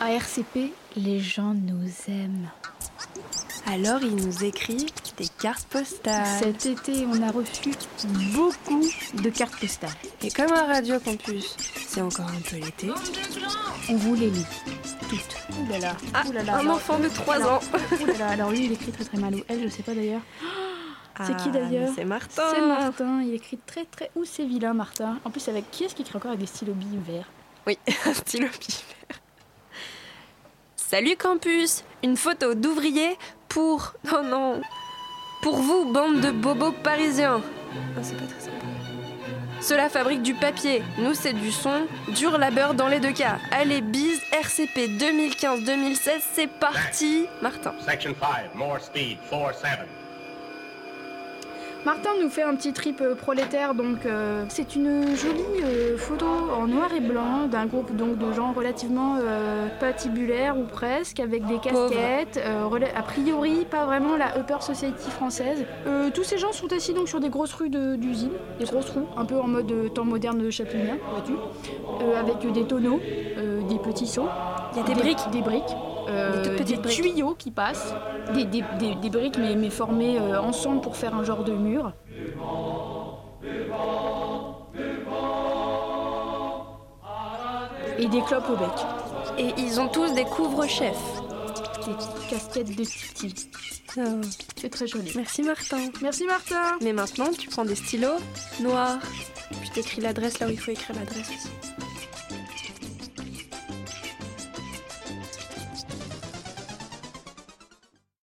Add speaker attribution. Speaker 1: À RCP, les gens nous aiment.
Speaker 2: Alors il nous écrit des cartes
Speaker 1: Euh,
Speaker 2: postales.
Speaker 1: Cet été, on a reçu beaucoup de cartes postales.
Speaker 2: Et comme à Radio Campus, c'est encore un peu l'été.
Speaker 1: On vous les lit toutes. Ouh là là,
Speaker 2: Ah,
Speaker 1: ouh là là,
Speaker 2: Un
Speaker 1: alors-
Speaker 2: enfant de 3
Speaker 1: alors-
Speaker 2: ans.
Speaker 1: ouh là là, alors lui, il écrit très très mal. Ou elle, je sais pas d'ailleurs. C'est qui, d'ailleurs
Speaker 2: Ah, C'est Martin.
Speaker 1: C'est Martin, il écrit très très. Ouh, c'est vilain, Martin. En plus, avec qui est-ce qu'il écrit encore avec des stylos billes verts
Speaker 2: Oui, un stylo pivert. Salut Campus Une photo d'ouvrier pour... Oh non Pour vous, bande de bobos parisiens Ah, C'est pas très sympa. Cela fabrique du papier, nous c'est du son, dur labeur dans les deux cas. Allez, bise, RCP 2015-2016, c'est parti Martin.
Speaker 3: Section 5, more speed, 4-7.
Speaker 1: Martin nous fait un petit trip euh, prolétaire, donc euh, c'est une jolie euh, photo en noir et blanc d'un groupe donc de gens relativement euh, patibulaires ou presque, avec des
Speaker 2: Pauvres.
Speaker 1: casquettes, euh, rela- a priori pas vraiment la upper society française. Euh, tous ces gens sont assis donc sur des grosses rues de- d'usine, des grosses rues, un peu en mode euh, temps moderne de Chapulien, vois-tu, euh, avec des tonneaux, euh, des petits seaux.
Speaker 2: Il y a des briques.
Speaker 1: Des briques. euh,
Speaker 2: Des toutes
Speaker 1: des
Speaker 2: petites briques.
Speaker 1: tuyaux qui passent, des, des- des- des briques mais, mais formées euh, ensemble pour faire un genre de mur. Et des clopes au bec,
Speaker 2: Et ils ont tous des couvre-chefs.
Speaker 1: des petites casquettes de titi. C'est très joli.
Speaker 2: Oh, Merci Martin.
Speaker 1: Merci Martin
Speaker 2: Mais maintenant, tu prends des stylos noirs. Puis t'écris l'adresse là où il faut écrire l'adresse aussi.